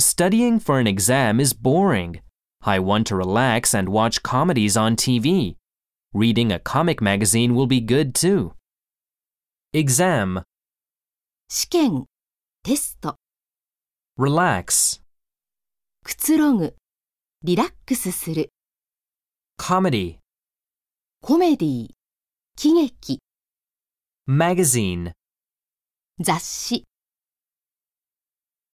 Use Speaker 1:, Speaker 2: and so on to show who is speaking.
Speaker 1: Studying for an exam is boring. I want to relax and watch comedies on TV. Reading a comic magazine will be good too. Exam,
Speaker 2: 試験、テスト、
Speaker 1: relax,
Speaker 2: くつろぐ、リラックスする、
Speaker 1: comedy,
Speaker 2: コメディー、喜劇、
Speaker 1: magazine.
Speaker 2: 雑誌。